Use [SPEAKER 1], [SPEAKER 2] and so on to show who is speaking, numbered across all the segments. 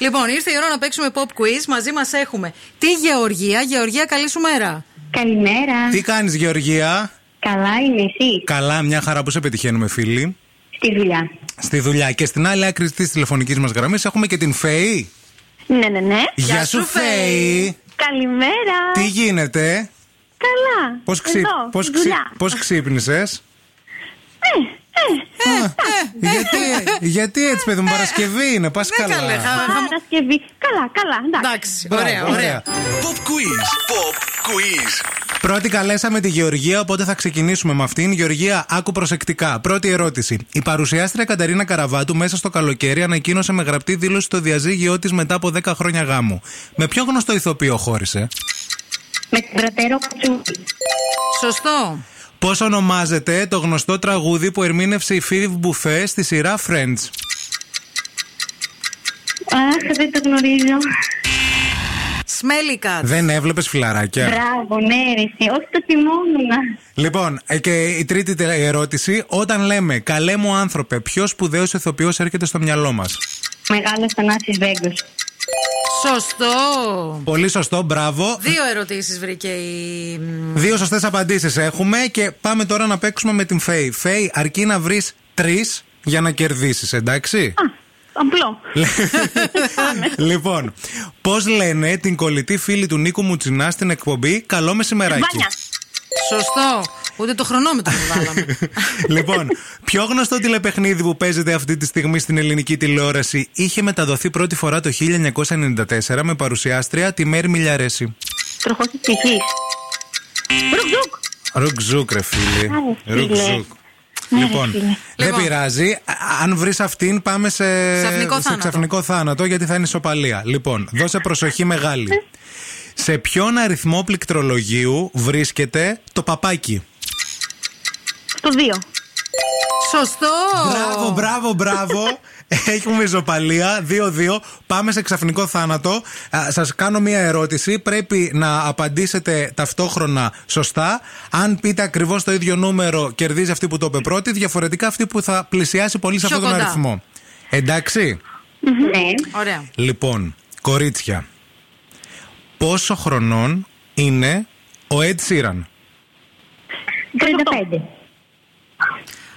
[SPEAKER 1] Λοιπόν, ήρθε η ώρα να παίξουμε pop quiz. Μαζί μας έχουμε τη Γεωργία. Γεωργία, καλή σου μέρα.
[SPEAKER 2] Καλημέρα.
[SPEAKER 3] Τι κάνεις, Γεωργία.
[SPEAKER 2] Καλά είναι εσύ.
[SPEAKER 3] Καλά, μια χαρά που σε πετυχαίνουμε, φίλοι.
[SPEAKER 2] Στη δουλειά.
[SPEAKER 3] Στη δουλειά και στην άλλη άκρη της τηλεφωνικής μας γραμμής έχουμε και την Φέη.
[SPEAKER 2] Ναι, ναι, ναι.
[SPEAKER 1] Γεια σου, Φέη.
[SPEAKER 2] Καλημέρα.
[SPEAKER 3] Τι γίνεται,
[SPEAKER 2] Καλά.
[SPEAKER 3] Πώς ξυ...
[SPEAKER 2] Εδώ,
[SPEAKER 3] πώς
[SPEAKER 2] στη
[SPEAKER 3] ξυ...
[SPEAKER 2] δουλειά.
[SPEAKER 3] πώς ξύπνησες?
[SPEAKER 2] Ε, ε,
[SPEAKER 3] Α,
[SPEAKER 1] ε,
[SPEAKER 3] γιατί, γιατί έτσι, παιδί μου, Παρασκευή είναι, πας
[SPEAKER 1] Ναι, καλέ,
[SPEAKER 3] καλά.
[SPEAKER 1] χα- χα-
[SPEAKER 2] Παρασκευή. Καλά, καλά. Εντάξει.
[SPEAKER 1] Εντάξει,
[SPEAKER 3] Μπράβο,
[SPEAKER 1] ωραία, ωραία.
[SPEAKER 4] Pop quiz. Pop quiz.
[SPEAKER 3] Πρώτη καλέσαμε τη Γεωργία, οπότε θα ξεκινήσουμε με αυτήν. Γεωργία, άκου προσεκτικά. Πρώτη ερώτηση. Η παρουσιάστρια Καταρίνα Καραβάτου μέσα στο καλοκαίρι ανακοίνωσε με γραπτή δήλωση το διαζύγιο της μετά από 10 χρόνια γάμου. Με ποιο γνωστό ηθοποιό χώρισε.
[SPEAKER 2] Με την προτέρω κουτσούλη.
[SPEAKER 1] Σωστό.
[SPEAKER 3] Πώς ονομάζεται το γνωστό τραγούδι που ερμήνευσε η Φίβ Μπουφέ στη σειρά Friends.
[SPEAKER 2] Αχ, δεν το γνωρίζω.
[SPEAKER 1] Smelly cat.
[SPEAKER 3] Δεν έβλεπες φιλαράκια.
[SPEAKER 2] Μπράβο, ναι, ρε, εσύ. Όχι το κοιμόμουνα.
[SPEAKER 3] Λοιπόν, ε, και η τρίτη τε- ερώτηση. Όταν λέμε καλέ μου άνθρωπε, ποιος σπουδαίος ηθοποιός έρχεται στο μυαλό μας.
[SPEAKER 2] Μεγάλος Θανάσης Βέγκος.
[SPEAKER 1] Σωστό.
[SPEAKER 3] Πολύ σωστό, μπράβο.
[SPEAKER 1] Δύο ερωτήσεις βρήκε η. μ,
[SPEAKER 3] Δύο σωστές απαντήσεις έχουμε και πάμε τώρα να παίξουμε με την Φέη. Φέη, αρκεί να βρεις τρεις για να κερδίσεις, εντάξει.
[SPEAKER 2] Α, απλό.
[SPEAKER 3] λοιπόν, πώς λένε την κολλητή φίλη του Νίκου Μουτσινά στην εκπομπή Καλό μεσημεράκι.
[SPEAKER 2] Βάνια.
[SPEAKER 1] Σωστό. Ούτε το χρονόμετρο δεν βάλαμε.
[SPEAKER 3] λοιπόν, πιο γνωστό τηλεπαιχνίδι που παίζεται αυτή τη στιγμή στην ελληνική τηλεόραση είχε μεταδοθεί πρώτη φορά το 1994 με παρουσιάστρια τη Μέρη Μιλιαρέση.
[SPEAKER 2] Τροχός της ψυχής. Ρουκζουκ.
[SPEAKER 3] Ρουκζούκ, ρε φίλη.
[SPEAKER 2] Άρε, φίλε.
[SPEAKER 3] Ρουκζούκ.
[SPEAKER 2] Ναι, ρε,
[SPEAKER 3] Λοιπόν,
[SPEAKER 2] φίλε.
[SPEAKER 3] δεν
[SPEAKER 1] Λοιπόν.
[SPEAKER 3] πειράζει. Α- Αν βρεις αυτήν, πάμε σε,
[SPEAKER 1] Ξαφνικό θάνατο.
[SPEAKER 3] ξαφνικό θάνατο, γιατί θα είναι ισοπαλία. Λοιπόν, δώσε προσοχή μεγάλη. σε ποιον αριθμό πληκτρολογίου βρίσκεται το παπάκι.
[SPEAKER 2] Στο 2.
[SPEAKER 1] Σωστό.
[SPEAKER 3] Μπράβο, μπράβο, μπράβο. Έχουμε ισοπαλία. 2-2. Πάμε σε ξαφνικό θάνατο. Σας κάνω μία ερώτηση. Πρέπει να απαντήσετε ταυτόχρονα σωστά. Αν πείτε ακριβώς το ίδιο νούμερο, κερδίζει αυτή που το είπε πρώτη. Διαφορετικά αυτή που θα πλησιάσει πολύ σε
[SPEAKER 1] Πιο
[SPEAKER 3] αυτόν τον
[SPEAKER 1] κοντά.
[SPEAKER 3] αριθμό. Εντάξει.
[SPEAKER 2] Ναι.
[SPEAKER 1] Ωραία.
[SPEAKER 3] Λοιπόν, κορίτσια. Πόσο χρονών είναι ο Ed Sheeran.
[SPEAKER 2] 35.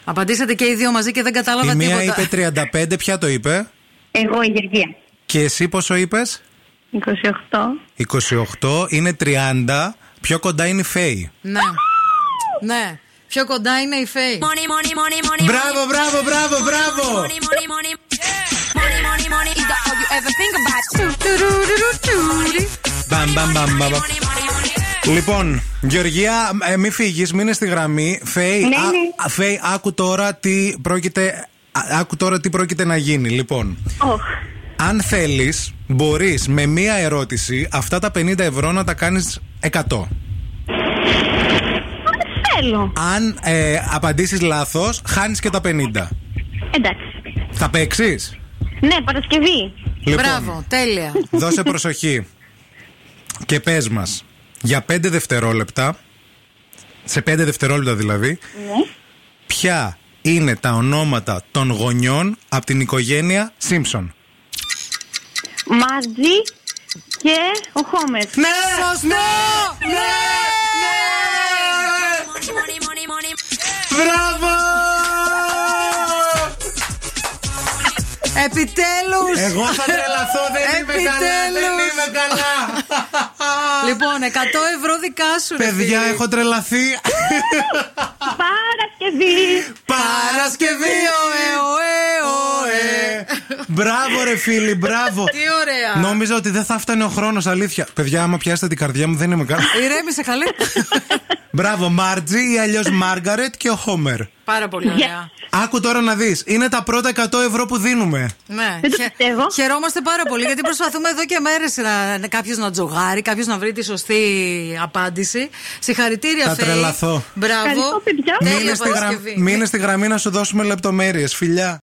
[SPEAKER 1] Απαντήσατε και οι δύο μαζί και δεν κατάλαβα
[SPEAKER 3] Η μία
[SPEAKER 1] τίποτα.
[SPEAKER 3] είπε 35, ποια το είπε.
[SPEAKER 2] Εγώ η Γεωργία.
[SPEAKER 3] Και εσύ πόσο είπες.
[SPEAKER 2] 28.
[SPEAKER 3] 28 είναι 30. Πιο κοντά είναι η Φέη.
[SPEAKER 1] Ναι. Ναι. Πιο κοντά είναι η Φέη.
[SPEAKER 3] Λοιπόν.
[SPEAKER 5] Money, money, money, money.
[SPEAKER 3] Μπράβο, μπράβο, μπράβο, μπράβο!
[SPEAKER 5] Money, money, money. Money, money, money. Is that all you ever think about?
[SPEAKER 3] Μπαμ, μπαμ, μπαμ, μπαμ. μπαμ.
[SPEAKER 5] Money, money, money.
[SPEAKER 3] Λοιπόν, Γεωργία, ε, μη φύγεις, μείνε στη γραμμή. Φέη,
[SPEAKER 2] Ναι,
[SPEAKER 3] α-
[SPEAKER 2] ναι.
[SPEAKER 3] α- Φέη, άκου τώρα τι πρόκειται. α- Άκου τώρα τι πρόκειται να γίνει. Λοιπόν,
[SPEAKER 2] Οχ.
[SPEAKER 3] αν θέλεις, μπορείς με μία ερώτηση αυτά τα 50 ευρώ να τα κάνεις 100.
[SPEAKER 2] Θέλω.
[SPEAKER 3] Αν ε, απαντήσεις λάθος, χάνεις και τα 50.
[SPEAKER 2] Εντάξει.
[SPEAKER 3] Θα Λοιπόν, παίξεις.
[SPEAKER 2] Ναι, Παρασκευή.
[SPEAKER 1] Μπράβο. Τέλεια.
[SPEAKER 3] Δώσε προσοχή. Και πες μας για 5 δευτερόλεπτα, σε 5 δευτερόλεπτα δηλαδή, ποια είναι τα ονόματα των γονιών από την οικογένεια Σίμψον.
[SPEAKER 2] Μαζί και ο Χόμερ.
[SPEAKER 3] Ναι!
[SPEAKER 1] Σωστό. Ναι. Ναι.
[SPEAKER 5] Money, money, money, money.
[SPEAKER 3] Μπράβο!
[SPEAKER 1] Επιτέλους
[SPEAKER 3] Εγώ θα τρελαθώ, δεν είμαι καλά, δεν
[SPEAKER 1] Επιτέλους.
[SPEAKER 3] είμαι καλά.
[SPEAKER 1] Λοιπόν, 100 ευρώ δικά σου. ρε
[SPEAKER 3] Παιδιά,
[SPEAKER 1] φίλε.
[SPEAKER 3] έχω τρελαθεί.
[SPEAKER 2] Παρασκευή.
[SPEAKER 3] Παρασκευή, ωε, ωε, ωε. Μπράβο ρε φίλοι, μπράβο.
[SPEAKER 1] Τι ωραία.
[SPEAKER 3] Νόμιζα ότι δεν θα φτάνει ο χρόνος, αλήθεια. Παιδιά, άμα πιάσετε την καρδιά μου, δεν είμαι καλά.
[SPEAKER 1] Ηρέμησε καλέ.
[SPEAKER 3] Μπράβο, Μάρτζι ή αλλιώς Μάργαρετ και ο Χόμερ.
[SPEAKER 1] Πάρα πολύ ωραία.
[SPEAKER 3] Άκου τώρα να δεις. Είναι τα πρώτα 100 ευρώ που δίνουμε.
[SPEAKER 1] Ναι.
[SPEAKER 2] Δεν το
[SPEAKER 1] Χε-
[SPEAKER 2] πιστεύω.
[SPEAKER 1] Χαιρόμαστε πάρα πολύ γιατί προσπαθούμε εδώ και μέρες να κάποιο να τζογάρει, κάποιο να βρει τη σωστή απάντηση. Συγχαρητήρια,
[SPEAKER 3] Θα
[SPEAKER 1] Φέη.
[SPEAKER 3] τρελαθώ.
[SPEAKER 1] Μπράβο.
[SPEAKER 2] Ευχαριστώ, παιδιά.
[SPEAKER 1] Τέλεια
[SPEAKER 3] Μείνε στη, γραμ-
[SPEAKER 1] Παρασκευή.
[SPEAKER 3] μείνε στη γραμμή να σου δώσουμε λεπτομέρειες. Φιλιά.